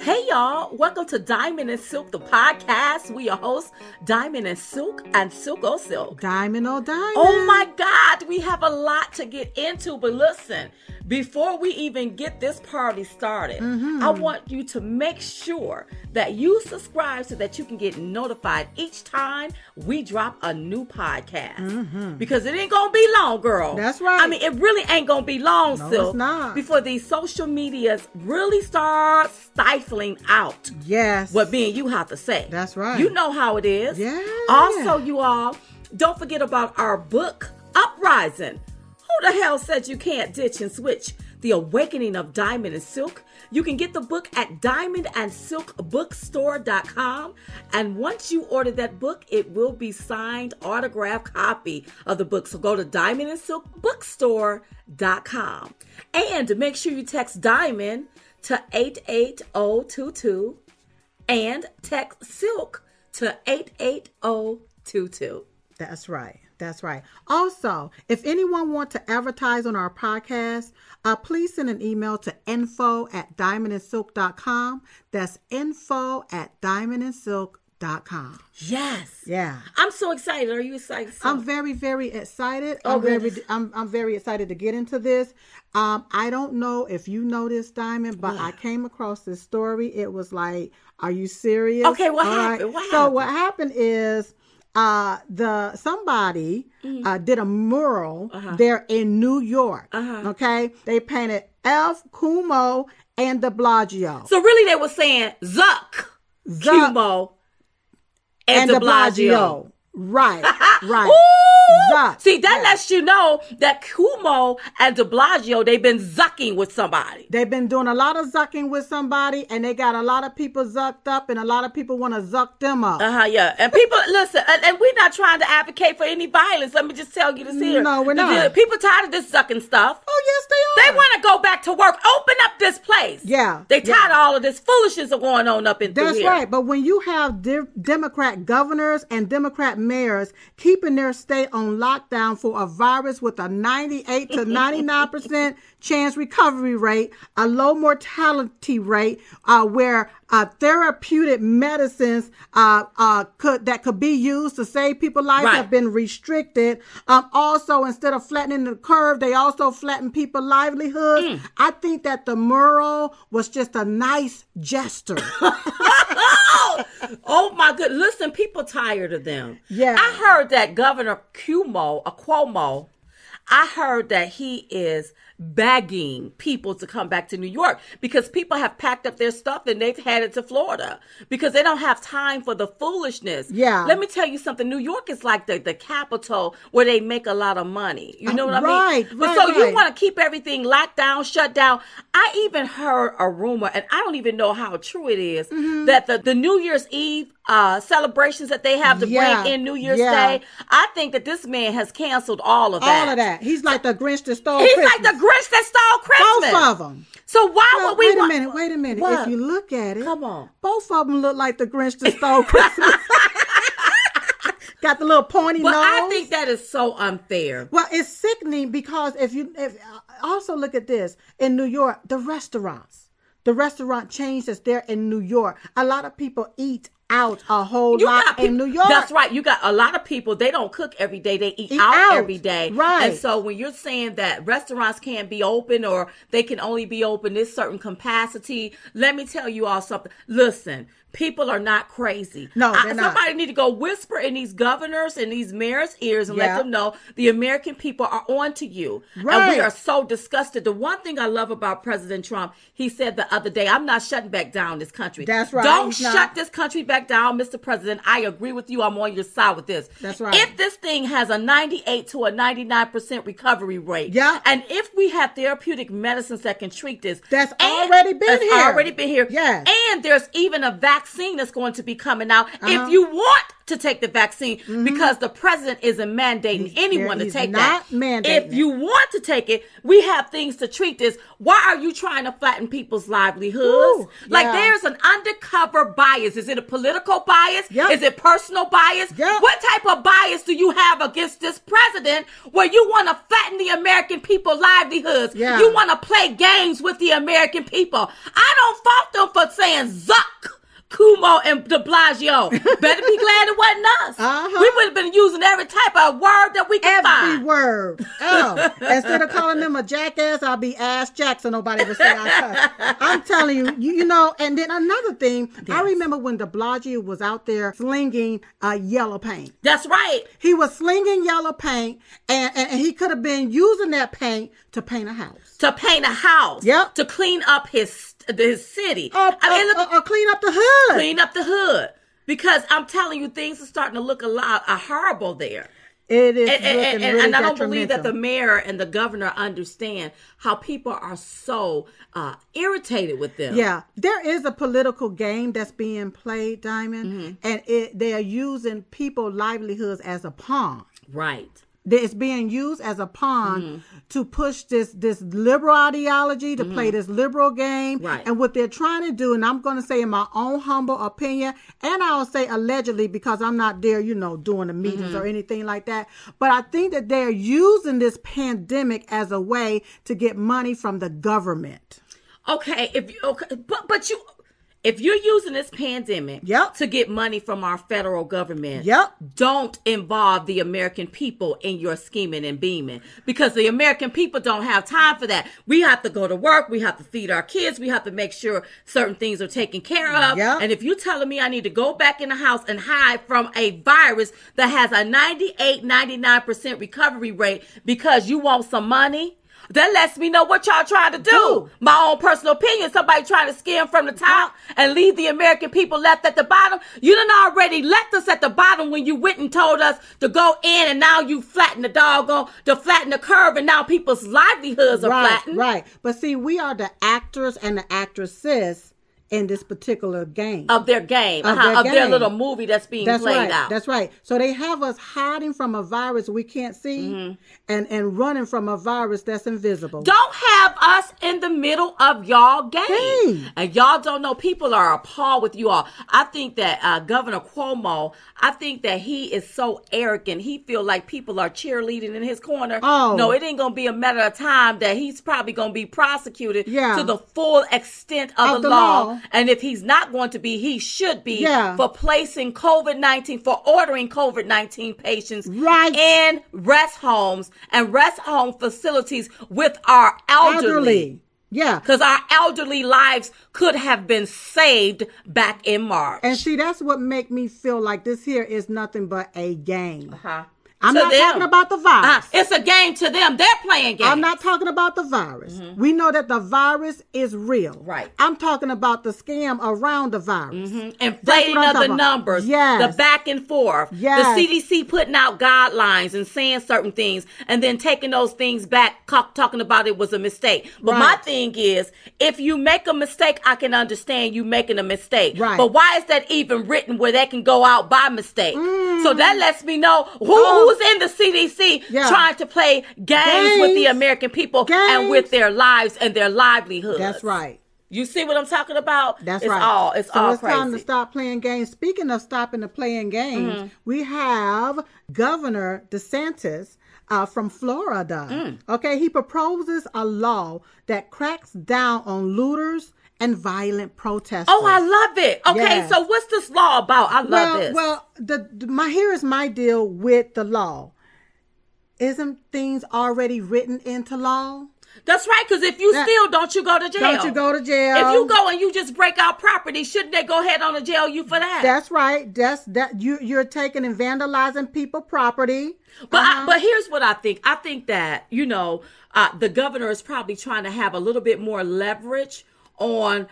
Hey y'all, welcome to Diamond and Silk, the podcast. We your hosts, Diamond and Silk and Silk O Silk. Diamond or diamond. Oh my God, we have a lot to get into, but listen, before we even get this party started, I Mm-hmm. want you to make sure that you subscribe so that you can get notified each time we drop a new podcast. Because it ain't gonna be long, girl. Mm-hmm. That's right. I mean, it really ain't gonna be long, No, it's Silk. not. Before these social medias really start stifling out Yes. what me and you have to say. That's right. You know how it is. Yeah. Also, you all, don't forget about our book, Uprising. Who the hell said you can't ditch and switch? The Awakening of Diamond and Silk. You can get the book at diamondandsilkbookstore.com. And once you order that book, it will be signed autographed copy of the book. So go to diamondandsilkbookstore.com. And make sure you text Diamond to 88022 and text silk to 88022. That's right. That's right. Also, if anyone want to advertise on our podcast, uh, please send an email to info at diamondandsilk.com. That's info at diamondandsilk.com. Yes. Yeah. I'm so excited. Are you excited? Silk? I'm very, very excited. Oh, I'm very, goodness. I'm, I'm very excited to get into this. Um, I don't know if you know this, Diamond, but I came across this story. It was like, are you serious? Okay, what right. happened? What so happened? what happened is uh the somebody Mm. uh did a mural Uh-huh. there in New York. Okay. They painted Elf Kumo and the Blagio. so really they were saying Zuck, Zuck Cubo, and, De Blasio. Ah, Blasio. Right. Right. Ooh! Zuck. See, that lets you know that Kumo and De Blasio, they've been zucking with somebody. They've been doing a lot of zucking with somebody, and they got a lot of people zucked up, and a lot of people want to zuck them up. Uh-huh, yeah. And people, listen, and, and we're not trying to advocate for any violence. Let me just tell you this here. No, we're The- the- not. People tired of this zucking stuff. oh yes, They want to go back to work. Open up this place. Yeah, They tired of all of this foolishness that's going on up in through That's here. right. But when you have de- Democrat governors and Democrat mayors keeping their state on lockdown for a virus with a 98 to 99% chance recovery rate, a low mortality rate, uh, where uh, therapeutic medicines uh, uh, could that could be used to save people's lives Right. have been restricted. Um, also, instead of flattening the curve, they also flatten people's livelihoods. I think that the mural was just a nice gesture. Oh my good. Listen, people tired of them. Yeah. I heard that Governor Cuomo, a Cuomo, I heard that he is begging people to come back to New York because people have packed up their stuff and they've headed to Florida because they don't have time for the foolishness. Yeah. Let me tell you something. New York is like the, the capital where they make a lot of money. You know what I mean? Right, But right, so you right. want to keep everything locked down, shut down. I even heard a rumor, and I don't even know how true it is, Mm-hmm. that the, the New Year's Eve uh, celebrations that they have to Yeah, bring in New Year's yeah. Day, I think that this man has canceled all of that. All of that. He's like the Grinch that stole He's Christmas. like the Grinch that stole Christmas. Both of them. So why would we wait a want- minute. Wait a minute. What? If you look at it, Come on. both of them look like the Grinch that stole Christmas. Got the little pointy But nose. I think that is so unfair. Well, it's sickening because if you if uh, also look at this in New York, the restaurants, the restaurant chains that's there in New York, a lot of people eat out a whole lot in peop- New York. That's right. You got a lot of people. They don't cook every day. They eat, Eat out, out. every day. Right. And so when you're saying that restaurants can't be open or they can only be open this certain capacity, let me tell you all something. Listen. People are not crazy. No, I- they're not. somebody need to go whisper in these governors and these mayors' ears and let Yeah. them know the American people are on to you, and we Right. are so disgusted. The one thing I love about President Trump, he said the other day, "I'm not shutting back down this country. That's right. Don't He's shut not. this country back down, Mr. President. I agree with you. I'm on your side with this. That's right. If this thing has a 98 to a 99% recovery rate, Yeah. and if we have therapeutic medicines that can treat this, That's already been that's here. already been here. Yes. And there's even a vaccine that's going to be coming out. Uh-huh. Mm-hmm. If you want to take the vaccine because the president isn't mandating anyone to he's take not that. mandating if it. you want to take it, we have things to treat this. Why are you trying to flatten people's livelihoods? Ooh, like yeah. there's an undercover bias. Is it a political bias? Yep. Is it personal bias? Yep. What type of bias do you have against this president where you want to flatten the American people's livelihoods? Yeah. You want to play games with the American people. I don't fault them for saying Zuck. Kumo and de Blasio. Better be glad it wasn't us. Uh-huh. We would have been using every type of word that we could Every find. word. Oh, instead of calling them a jackass, I'll be ass jack so nobody will say I cuss. I'm telling you, you, you know. And then another thing, I remember when De Blasio was out there slinging uh, yellow paint. That's right. He was slinging yellow paint, and, and, and he could have been using that paint to paint a house. To paint a house. Yep. To clean up his his city. Or, I mean, look, or- or Uh, clean up the hood. clean up the hood because I'm telling you, things are starting to look a lot uh, horrible there. it is And, and- and- looking really and I don't believe that the detrimental. mayor and the governor understand how people are so uh, irritated with them. Yeah, there is a political game that's being played, Diamond, and it, they are using people' livelihoods as a pawn. Right. that it's being used as a pawn to push this this liberal ideology to play this liberal game Right. and what they're trying to do and i'm going to say in my own humble opinion and i'll say allegedly because i'm not there you know doing the meetings or anything like that but i think that they're using this pandemic as a way to get money from the government Okay. If you okay, but but you. If you're using this pandemic Yep. to get money from our federal government, Yep. don't involve the American people in your scheming and beaming because the American people don't have time for that. We have to go to work. We have to feed our kids. We have to make sure certain things are taken care of. Yeah. And if you're telling me I need to go back in the house and hide from a virus that has a 98, 99% recovery rate because you want some money, that lets me know what y'all trying to do. Do. My own personal opinion. Somebody trying to skim from the top Uh-huh. and leave the American people left at the bottom. You done already left us at the bottom when you went and told us to go in and now you flatten the doggone, to flatten the curve and now people's livelihoods are right, flattened. right but see we are the actors and the actresses in this particular game Of their game, Of uh-huh, their of their game. little movie that's being That's played right. out. That's right. So they have us hiding from a virus we can't see, Mm-hmm. and and running from a virus that's invisible. Don't have us in the middle of y'all game. Game. And y'all don't know people are appalled with you all. I think that uh, Governor Cuomo, I think that he is so arrogant. He feel like people are cheerleading in his corner. Oh. No, it ain't going to be a matter of time that he's probably going to be prosecuted Yeah. to the full extent of, Of the, the law. law. And if he's not going to be, he should be Yeah. for placing COVID-19 for ordering COVID-19 patients Right. in rest homes and rest home facilities with our elderly. Yeah. Because our elderly lives could have been saved back in March. And see, that's what make me feel like this here is nothing but a game. Huh. I'm To not Uh-huh. them. talking about the virus. Uh, it's a game to them. They're playing games. I'm not talking about the virus. We know that the virus is real. Mm-hmm. Right. Mm-hmm. I'm talking about the scam around the virus. inflating That's of what I'm the talking about. numbers, Yes. the back and forth, Yes. the CDC putting out guidelines and saying certain things, and then taking those things back, co- talking about it was a mistake. But my Right. thing is, if you make a mistake, I can understand you making a mistake. Right. But why is that even written where they can go out by mistake? So that lets me know who, Mm. Oh. who's in the CDC Yeah. trying to play games, with the Games. American people and Games. with their lives and their livelihoods. That's right. You see what I'm talking about? That's it's right. All, it's so all it's crazy. Mm-hmm. time to stop playing games. Speaking of stopping the playing games, we have Governor DeSantis uh, from Florida. Mm. Okay, he proposes a law that cracks down on looters and violent protesters. Oh, I love it. Okay, Yes. so what's this law about? I love well, this. well, the, the- my here is my deal with the law. Isn't things already written into law? That's right, because if you Now- steal, don't you go to jail? Don't you go um, to jail? If you go and you just break out property, shouldn't they go ahead on to jail you for that? that's right. That's that you you're taking and vandalizing people property. But Uh-huh. I, but here's what I think. I think that you know uh, the governor is probably trying to have a little bit more leverage on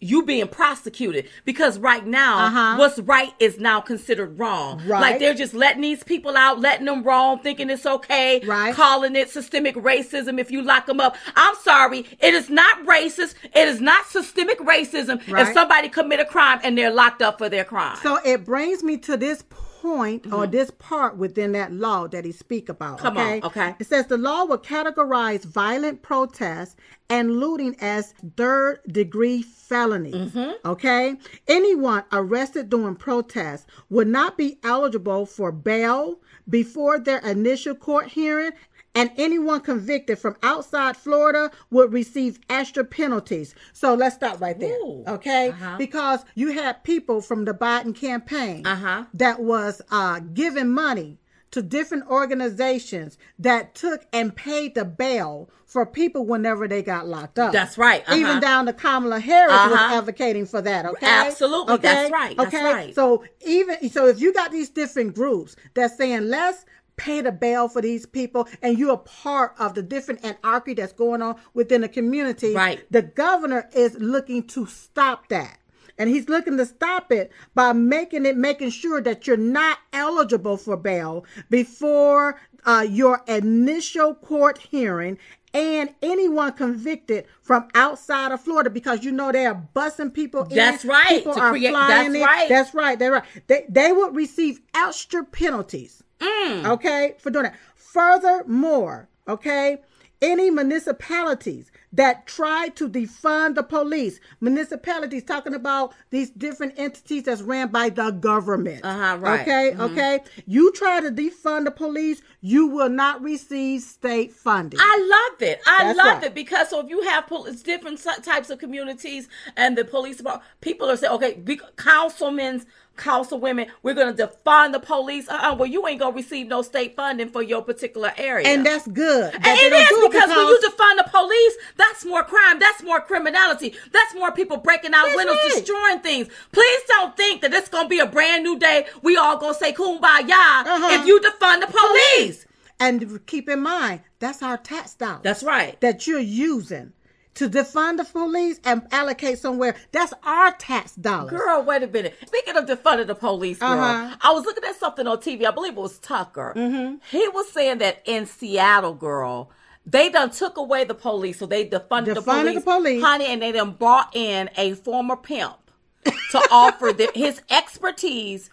you being prosecuted because right now Uh-huh. what's right is now considered wrong. Right. Like they're just letting these people out, letting them wrong, thinking it's okay, Right. calling it systemic racism if you lock them up. I'm sorry, it is not racist. It is not systemic racism Right. if somebody commit a crime and they're locked up for their crime. So it brings me to this point or this part within that law that he speak about. Come on, okay? okay. It says the law will categorize violent protests and looting as third degree felonies. Mm-hmm. Okay? Anyone arrested during protests would not be eligible for bail before their initial court hearing. And anyone convicted from outside Florida would receive extra penalties. So let's stop right there. Ooh. Okay? Uh-huh. Because you had people from the Biden campaign Uh-huh. that was uh, giving money to different organizations that took and paid the bail for people whenever they got locked up. That's right, uh-huh. Even down to Kamala Harris was Uh-huh. advocating for that. Okay. Absolutely, Okay? that's right, that's Okay. right. So even so, if you got these different groups that's saying let's pay the bail for these people and you're a part of the different anarchy that's going on within the community Right. the governor is looking to stop that. And he's looking to stop it by making it, making sure that you're not eligible for bail before uh, your initial court hearing and anyone convicted from outside of Florida because you know they are busing people in. That's right, People to are create- flying that's in. right. That's right. That's right. They, they would receive extra penalties Mm. okay, for doing that. Furthermore, okay, any municipalities that try to defund the police, municipalities talking about these different entities that's ran by the government. Uh-huh, right. Okay, okay. You try to defund the police, you will not receive state funding. I love it. I That's love right. it because so if you have pol- it's different ty- types of communities and the police department, people are saying, okay, be- councilmen's councilwomen, we're going to defund the police. Uh-uh, well, you ain't going to receive no state funding for your particular area. and that's good. that And they it don't do is because when you defund the police, that's more crime, that's more criminality, that's more people breaking out That's windows, right. destroying things. Please don't think that it's gonna be a brand new day. We all gonna say kumbaya Uh-huh. if you defund the police. And keep in mind, that's our tax dollars. That's right. that you're using to defund the police and allocate somewhere. That's our tax dollars. Girl, wait a minute. Speaking of defunding the police, girl, Uh-huh. Mm-hmm. I was looking at something on TV. I believe it was Tucker. He was saying that in Seattle, girl, they done took away the police, so they defunded, the Defunded police, the police. honey, and they done brought in a former pimp to offer them his expertise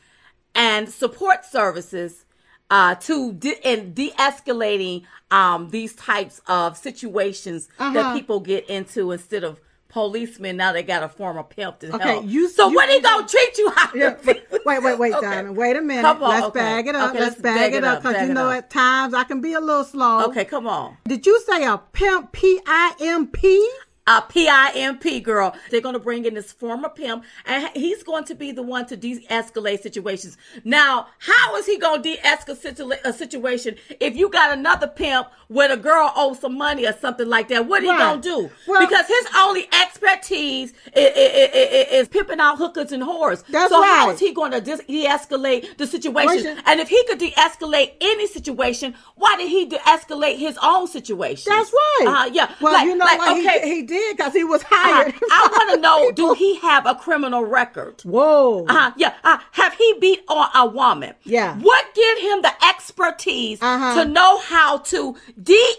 and support services uh, to de- in de-escalating um, these types of situations Uh-huh. that people get into instead of policemen. Now they got a former pimp to Okay, help. you- so you- what he gonna treat you out? Yeah, of wait, people? wait, wait, wait, Okay. Diamond. Wait a minute. Come on, let's okay. bag it up. Okay, let's bag it up because bag you it know up. at times I can be a little slow. Okay, come on. Did you say a pimp? P I M P. a PIMP girl. They're going to bring in this former pimp, and he's going to be the one to de escalate situations. Now, how is he going to de escalate a situation if you got another pimp where the girl owes some money or something like that? What Right. he going to do? Well- because his only expertise i- i- i- i- i- is, pimping out hookers and whores. That's so, how right. is he going to de escalate the situation? Situation. And if he could de escalate any situation, why did he de escalate his own situation? That's right. Uh, yeah. Well, Like- you know like, what okay. Uh-huh. he, he did because he was I, hired. want to know: Do he have a criminal record? Whoa. Uh, yeah. Uh, have he beat on a woman? Yeah. What give him the expertise Uh-huh. to know how to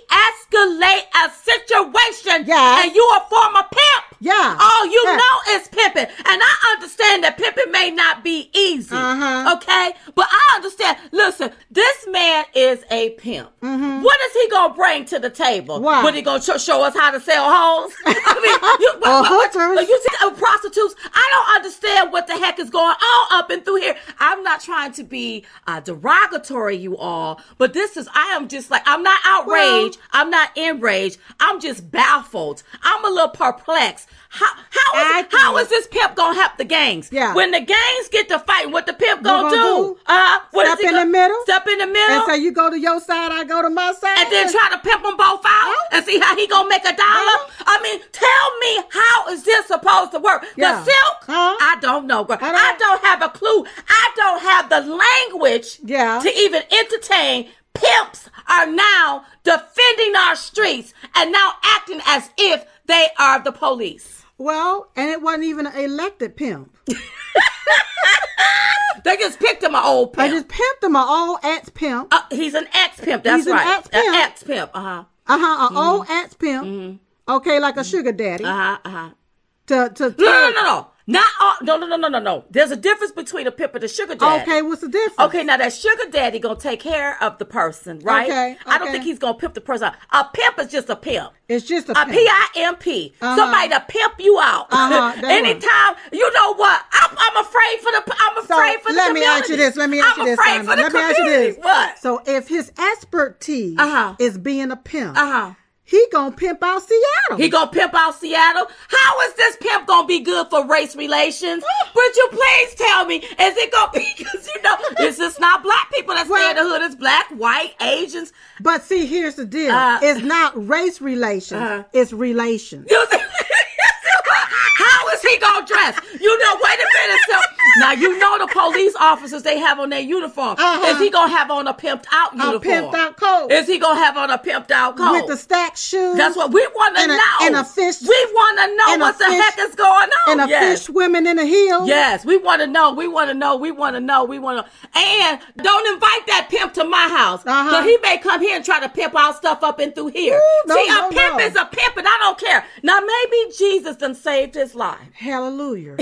de-escalate a situation? Yes. And you a former pimp? Yeah. All you Yeah. know is pimping, and I understand that pimping may not be easy. Uh-huh. Okay, but I understand. Listen, this man is a pimp. Mm-hmm. What is he gonna bring to the table? Why? What he gonna sho- show us how to sell hoes? I mean, you, Or what- what- hookers. you see, uh, prostitutes. I don't understand what the heck is going on up and through here. I'm not trying to be uh, derogatory, you all, but this is. I am just like I'm not outraged. I'm not enraged. I'm just baffled. I'm a little perplexed. How how I is, how think- is this pimp gonna help the gangs? Yeah. When the gangs get to fighting, what the pimp gonna, gonna do? do? Uh, what is Step he in the gonna- middle? Step in the middle. and so you go to your side, I go to my side. And then try to pimp them both out and see how he gonna make a dollar. Uh-huh. I mean, tell me how is this supposed to work? Yeah. The silk? Huh? I don't know, girl. I I don't- don't, have a clue. I don't have the language Yeah. to even entertain. Pimps are now defending our streets and now acting as if they are the police. Well, and it wasn't even an elected pimp. They just picked him an old I pimp. just pimped him, an old ex pimp. Uh, he's an ex pimp. That's He's an right. ex-pimp. pimp. Uh huh. Uh huh, an old ex pimp. Okay, like a sugar daddy. Mm-hmm. Uh huh. Uh huh. to, to, No, no, no, no, no. Not all. No, no, no, no, no, no. There's a difference between a pimp and a sugar daddy. Okay, what's the difference? Okay, now that sugar daddy gonna take care of the person, right? Okay, I don't okay. think he's gonna pimp the person. out. A pimp is just a pimp. It's just a, A pimp. P I M P. Somebody to pimp you out. Uh-huh, that Anytime, you know what? I'm, I'm afraid for the. I'm So afraid for the let me ask you community. this. Let me ask I'm you this. afraid Simon. for the let me ask you community. this. What? So if his expertise Uh-huh. is being a pimp, Uh-huh. he gonna pimp out Seattle. He gonna pimp out Seattle? How is this pimp gonna be good for race relations? Would you please tell me? Is it gonna be because you know it's just not black people that stay in the hood? It's black, white, Asians. but see, here's the deal. Uh, Uh-huh. it's not race relations. It's relations. You see- How is he gonna dress? You know, wait a minute. So, now you know the police officers they have on their uniform. Uh-huh. Is he gonna have on a pimped out A uniform? pimped out coat Is he gonna have on a pimped out coat? with the stacked shoes. That's what we want to And a- know. and a fish- We want to know and a what the fish- heck is going on. and a Yes. fish swimming in a hill. Yes, we want to know. We want to know. We want to know. We want to. And don't invite that pimp to my house. Uh-huh. So he may come here and try to pimp our stuff up and through here. Ooh, no, See, no, a pimp no. is a pimp, and I don't care. Now, maybe Jesus done saved his life. Hallelujah. but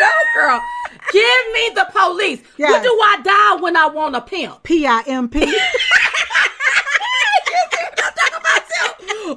no, girl. Give me the police. Who Yes. do I dial when I want a pimp? P I M P.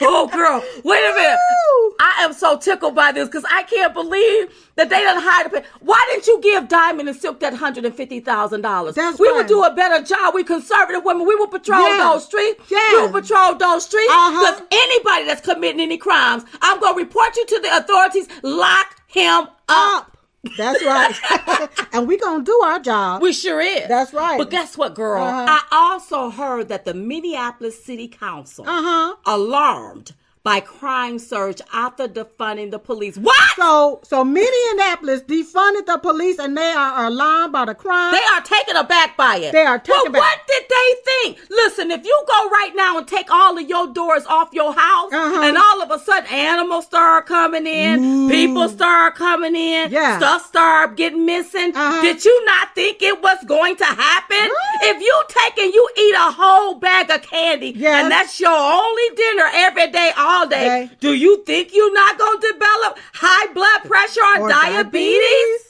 Oh, girl. Wait a minute. Ooh. I am so tickled by this because I can't believe that they didn't hire the pimp. Why didn't you give Diamond and Silk that hundred and fifty thousand dollars? That's we right. would do a better job. We conservative women. We would patrol Yeah. those streets. Yeah. We would patrol those streets Uh-huh. because anybody that's committing any crimes, I'm gonna report you to the authorities. Lock him up. up. That's right. and we gonna do our job. We sure is. Uh-huh. That's right. But guess what, girl? Uh-huh. I also heard that the Minneapolis City Council Uh-huh. alarmed by crime surge after defunding the police. What? so so Minneapolis defunded the police and they are alarmed by the crime. They are taken aback by it. Uh-huh. They are taken But aback. what did they think? Listen, if you go right now and take all of your doors off your house, Uh-huh. and all of a sudden animals start coming in, people start coming in, Yeah. stuff start getting missing. Uh-huh. Did you not think it was going to happen? If you take and you eat a whole bag of candy, Yes. and that's your only dinner every day, all day, Okay. do you think you're not going to develop high blood pressure or, Or diabetes?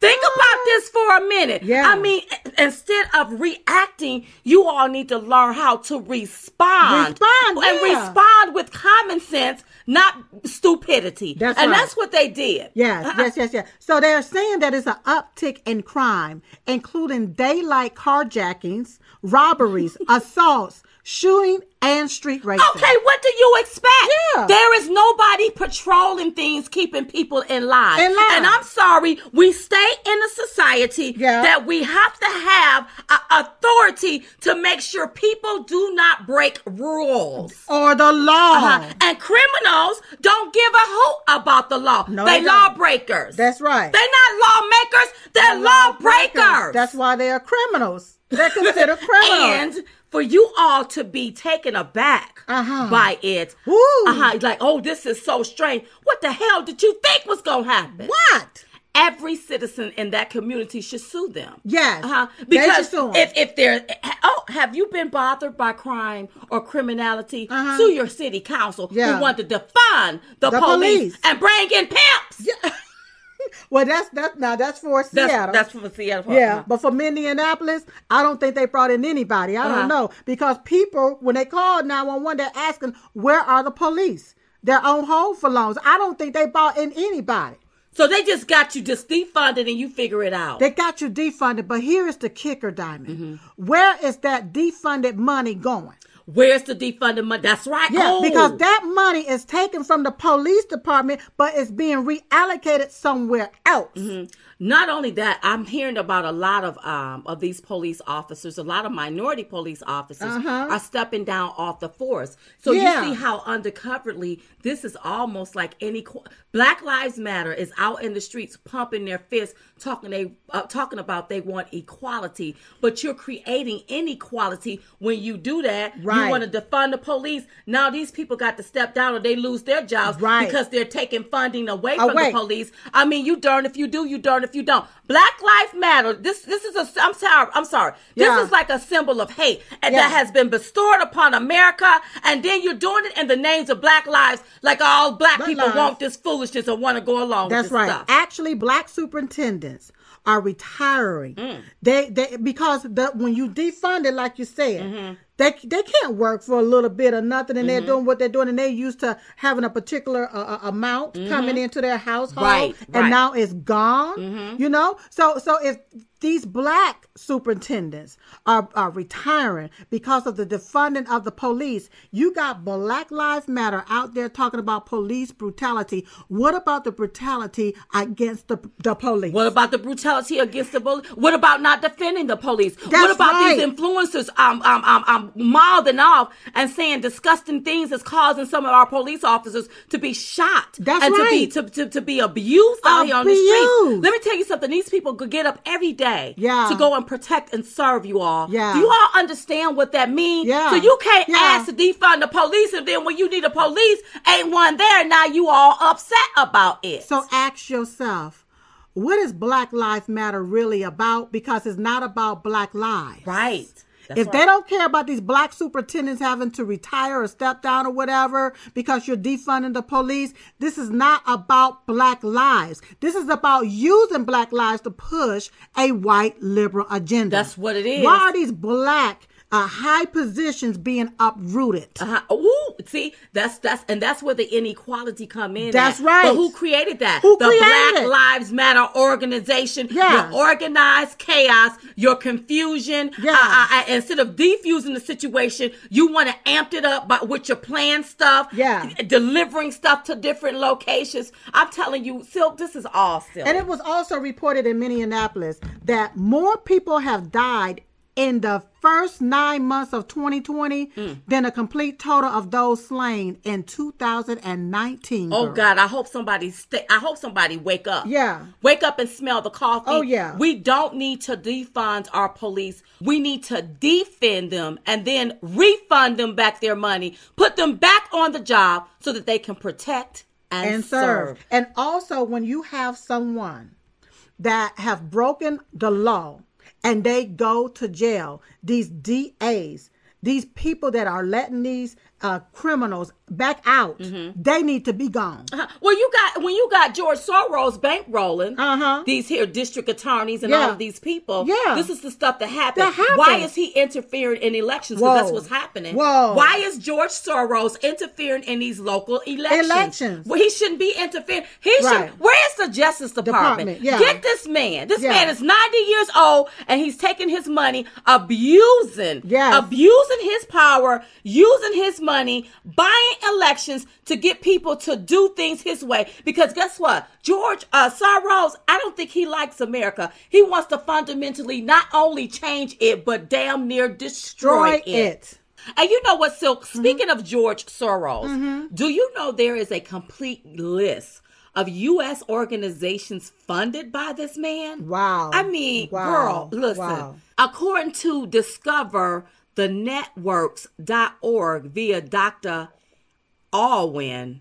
Think about this for a minute. Yeah. I mean, instead of reacting, you all need to learn how to respond. Respond, And yeah. respond with common sense, not stupidity. That's and right. that's what they did. Uh-uh. Yes, yes, yes, yes. So they're saying that it's an uptick in crime, including daylight carjackings, robberies, assaults, shooting, and street racing. Okay, what do you expect? Yeah. There is nobody patrolling things, keeping people in line. In line. And I'm sorry, we stay in a society Yeah. that we have to have a authority to make sure people do not break rules. Or the law. Uh-huh. And criminals don't give a hoot about the law. No, they they don't. lawbreakers. That's right. They're not lawmakers. They're lawbreakers. That's why they are criminals. They're considered criminals. and for you all to be taken aback Uh-huh. by it, Woo. uh-huh, like, oh, this is so strange. What the hell did you think was gonna happen? What? Every citizen in that community should sue them. Yes. Uh-huh. They should Because sue 'em. if if they're oh, have you been bothered by crime or criminality? Uh-huh. Sue your city council Yeah. who want to defund the, The police, police. and bring in pimps. Well, that's that. Now that's for That's, Seattle. that's for Seattle. yeah, but for Minneapolis, I don't think they brought in anybody. I Uh-huh. don't know because people, when they called nine one one, they're asking where are the police? They're on hold for loans. I don't think they brought in anybody. So they just got you just defunded and you figure it out. They got you defunded, but here is the kicker, Diamond. Where is that defunded money going? Where's the defunding money? That's right. Yeah, Oh. because that money is taken from the police department, but it's being reallocated somewhere else. Mm-hmm. Not only that, I'm hearing about a lot of um of these police officers, a lot of minority police officers are stepping down off the force. So Uh-huh. Yeah. you see how undercoverly this is almost like any co- Black Lives Matter is out in the streets pumping their fists, talking they uh, talking about they want equality, but you're creating inequality when you do that. Right. You want to defund the police. Now these people got to step down or they lose their jobs Right. because they're taking funding away from Away. the police. I mean, you darn if you do, you darn if you don't. Black Lives Matter. This this is a I'm sorry. I'm sorry. This Yeah. is like a symbol of hate and Yeah. that has been bestowed upon America and then you're doing it in the names of black lives like all black, Black people lives. want this foolishness and want to go along That's with this right. stuff. Actually, black superintendents are retiring. Mm. They they because the when you defund it, like you said, Mm-hmm. they they can't work for a little bit or nothing, and they're doing what they're doing, and they used to having a particular uh, uh, amount coming into their household, Mm-hmm. Right, and right. now it's gone. Mm-hmm. You know, so so if these black superintendents are, are retiring because of the defunding of the police. You got Black Lives Matter out there talking about police brutality. What about the brutality against the, the police? What about the brutality against the bully? What about not defending the police? That's what about these right. influencers um um um um mouthing off and saying disgusting things that's causing some of our police officers to be shot That's and right. to be to, to, to be abused out here on the Abused. streets. Let me tell you something. These people could get up every day Yeah. to go and protect and serve you all. Yeah. Do you all understand what that means? Yeah. So you can't Yeah. ask to defund the police and then when you need a police, ain't one there. Now you all upset about it. So ask yourself, what is Black Lives Matter really about? Because it's not about black lives. right. That's if right. they don't care about these black superintendents having to retire or step down or whatever because you're defunding the police, this is not about black lives. This is about using black lives to push a white liberal agenda. That's what it is. Why are these black uh, high positions being uprooted? Uh-huh. Ooh, see, that's that's and that's where the inequality come in. That's at. right. But who created that? Who the created Black it? Lives Matter organization. Yeah. Your organized chaos, your confusion. Yeah. Uh, uh, uh, instead of defusing the situation, you want to amp it up by with your plan stuff. Yeah. Delivering stuff to different locations. I'm telling you, Silk, this is all silk. And it was also reported in Minneapolis that more people have died in the first nine months of 2020 Mm. than a complete total of those slain in 2019. Oh girl. God! I hope somebody stay. I hope somebody wake up. Yeah. wake up and smell the coffee. Oh, yeah. We don't need to defund our police. We need to defend them and then refund them back their money. Put them back on the job so that they can protect and, and serve. And also, when you have someone that have broken the law and they go to jail, these DAs, these people that are letting these uh, criminals back out, Mm-hmm. they need to be gone. Uh-huh. Well, you got when you got George Soros bankrolling Uh-huh. these here district attorneys and Yeah. all of these people. Yeah. this is the stuff that happened. That happened. Why is he interfering in elections? Because that's Whoa. what's happening. Whoa. Why is George Soros interfering in these local elections? Elections. Well, he shouldn't be interfering. He Right. should. Where is the Justice Department? Department, yeah. Get this man. This Yeah. man is ninety years old and he's taking his money, abusing, Yes. abusing using his power, using his money, buying elections to get people to do things his way. Because guess what? George uh, Soros, I don't think he likes America. He wants to fundamentally not only change it, but damn near destroy, Destroy it. Mm-hmm. And you know what, Silk? Speaking of George Soros, do you know there is a complete list of U.S. organizations funded by this man? Wow. I mean, Wow. girl, listen. Wow. According to Discover the Networks.org via Dr. Alwyn,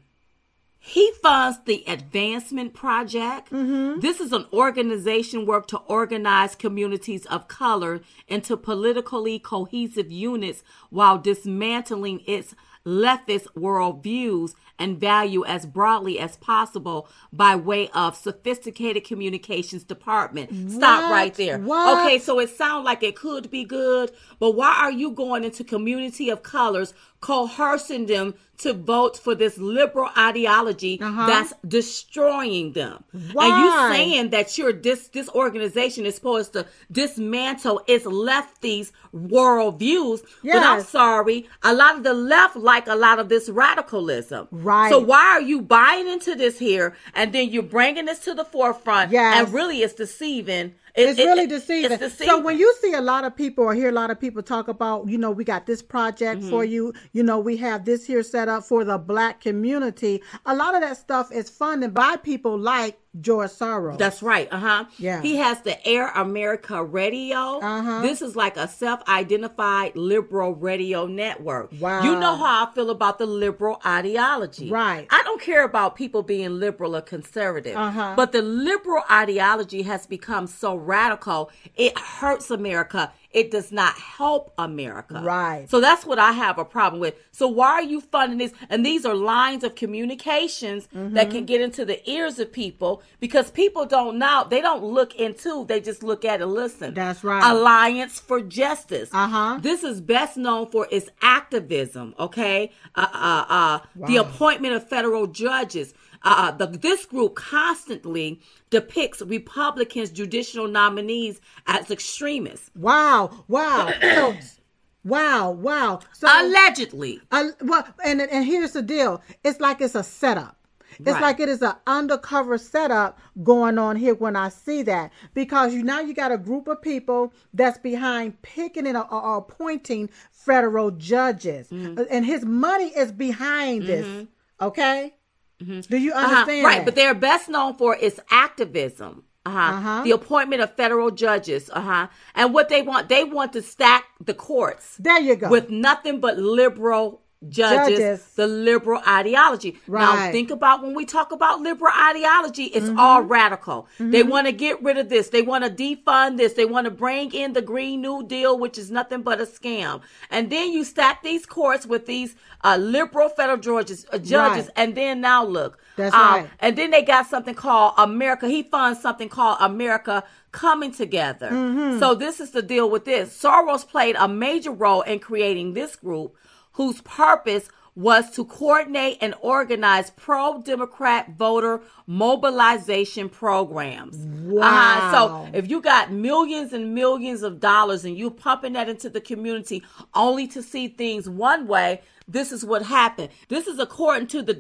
he funds the Advancement Project. This is an organization work to organize communities of color into politically cohesive units while dismantling its leftist worldviews and value as broadly as possible by way of sophisticated communications department. Stop What? right there. What? Okay, so it sounds like it could be good, but why are you going into community of colors, coercing them to vote for this liberal ideology that's destroying them? Uh-huh. Why? And you saying that you're this this organization is supposed to dismantle its lefties worldviews, but I'm Yes. sorry, a lot of the left like a lot of this radicalism. Right. So why are you buying into this here, and then you're bringing this to the forefront? Yes. And really, it's deceiving. It- it's it- really it- deceiving. It's deceiving. So when you see a lot of people or hear a lot of people talk about, you know, we got this project for Mm-hmm. you, you know, we have this here set up for the black community. A lot of that stuff is funded by people like George Soros. That's right. Uh huh. Yeah. He has the Air America Radio. Uh-huh. This is like a self-identified liberal radio network. Wow. You know how I feel about the liberal ideology. Right. I don't care about people being liberal or conservative. Uh-huh. But the liberal ideology has become so radical it hurts America. It does not help America. Right. So that's what I have a problem with. So why are you funding this? And these are lines of communications Mm-hmm. that can get into the ears of people because people don't know. They don't look into. They just look at and listen. That's right. Alliance for Justice. Uh-huh. This is best known for its activism. Okay. Uh uh uh. The appointment of federal judges. Uh, the, this group constantly depicts Republicans' judicial nominees as extremists, Wow, wow, so, wow, wow. So, allegedly. I, well, and and here's the deal. It's like it's a setup. It's Right. like it is an undercover setup going on here when I see that because you now you got a group of people that's behind picking and or, or appointing federal judges, Mm-hmm. and his money is behind this. Okay, do you Uh-huh. understand? Right, that? but they're best known for its activism. Uh-huh. Uh-huh. The appointment of federal judges. Uh-huh. And what they want, they want to stack the courts there you go. with nothing but liberal judges, Judges. the liberal ideology. Now Right. Mm-hmm. think about when we talk about liberal ideology, it's all radical. They want to get rid of this. They want to defund this. They want to bring in the Green New Deal, which is nothing but a scam. And then you stack these courts with these uh, liberal federal judges, uh, judges, Right. and then now look. That's right. Um, And then they got something called America. He funds something called America Coming Together. Mm-hmm. So this is the deal with this. Soros played a major role in creating this group, whose purpose was to coordinate and organize pro-democrat voter mobilization programs. Uh-huh. Wow. So if you got millions and millions of dollars and you pumping that into the community only to see things one way, this is what happened. This is according to the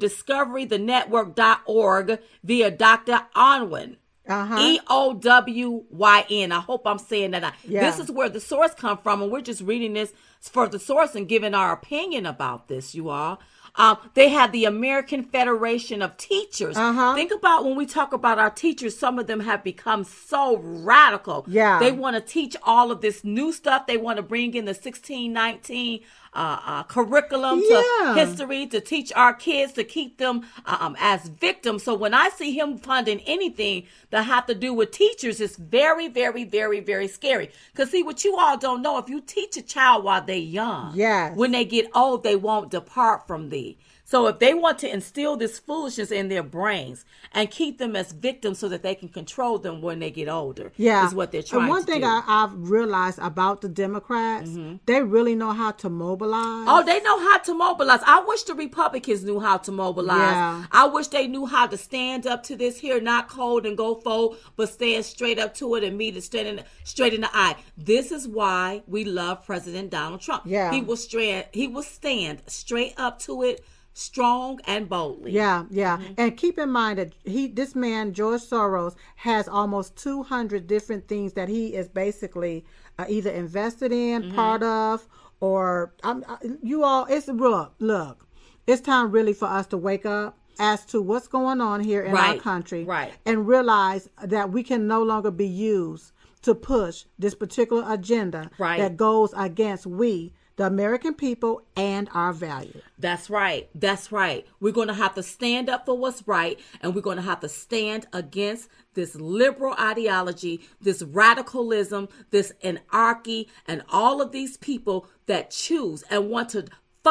discoverythenetwork.org via Dr. Onwin. Uh-huh. E O W Y N. I hope I'm saying that. out. Yeah. This is where the source come from, and we're just reading this for the source and giving our opinion about this. You all, um, they had the American Federation of Teachers. Uh-huh. Think about when we talk about our teachers. Some of them have become so radical. Yeah. they want to teach all of this new stuff. They want to bring in the 1619 uh, uh, curriculum Yeah. to history to teach our kids to keep them um, as victims. So when I see him funding anything that have to do with teachers, it's very, very, very, very scary. Because see, what you all don't know, if you teach a child while they're young, Yes. when they get old, they won't depart from thee. So if they want to instill this foolishness in their brains and keep them as victims so that they can control them when they get older, Yeah, is what they're trying And one to thing do. Mm-hmm. I, I've realized about the Democrats, they really know how to mobilize. Oh, they know how to mobilize. I wish the Republicans knew how to mobilize. Yeah. I wish they knew how to stand up to this here, not cold and go fold, but stand straight up to it and meet it straight in, straight in the eye. This is why we love President Donald Trump. Yeah. he will stand. He will stand straight up to it, strong and boldly. Yeah, yeah. Mm-hmm. And keep in mind that he this man George Soros has almost 200 different things that he is basically uh, either invested in, Mm-hmm. part of or I'm, I, you all it's look, look. It's time really for us to wake up as to what's going on here in our Right, country right. and realize that we can no longer be used to push this particular agenda Right. that goes against we the American people and our values. That's right. That's right. We're going to have to stand up for what's right, and we're going to have to stand against this liberal ideology, this radicalism, this anarchy, and all of these people that choose and want to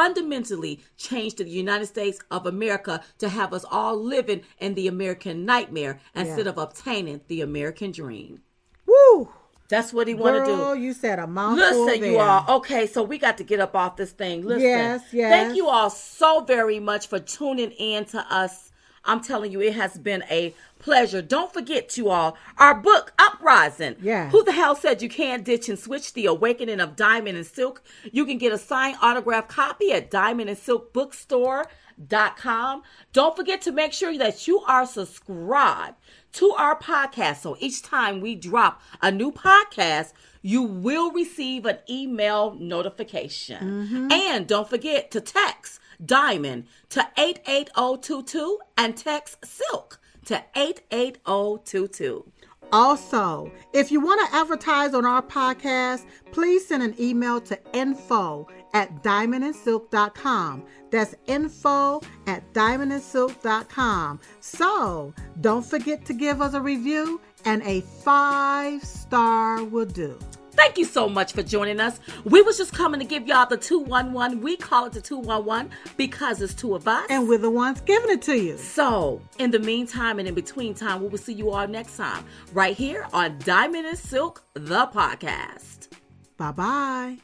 fundamentally change the United States of America to have us all living in the American nightmare instead of obtaining the American dream. Woo! That's what he want to do. Girl, you said a mouthful. Listen, you there. all. Okay, so we got to get up off this thing. Listen. Yes, yes. Thank you all so very much for tuning in to us. I'm telling you, it has been a pleasure. Don't forget, you all, our book, Uprising. Yeah. Who the hell said you can't ditch and switch the awakening of Diamond and Silk? You can get a signed autograph copy at Diamond and Silk Bookstore. Dot com. Don't forget to make sure that you are subscribed to our podcast. So each time we drop a new podcast, you will receive an email notification. And don't forget oh to text Diamond to 88022 and text Silk to 88022. Also, if you want to advertise on our podcast, please send an email to info at diamondandsilk.com. That's info at diamondandsilk.com. So don't forget to give us a review, and a five star will do. Thank you so much for joining us. We was just coming to give y'all the 211. We call it the 211 because it's two of us. And we're the ones giving it to you. So, in the meantime and in between time, we will see you all next time right here on Diamond and Silk, the podcast. Bye bye.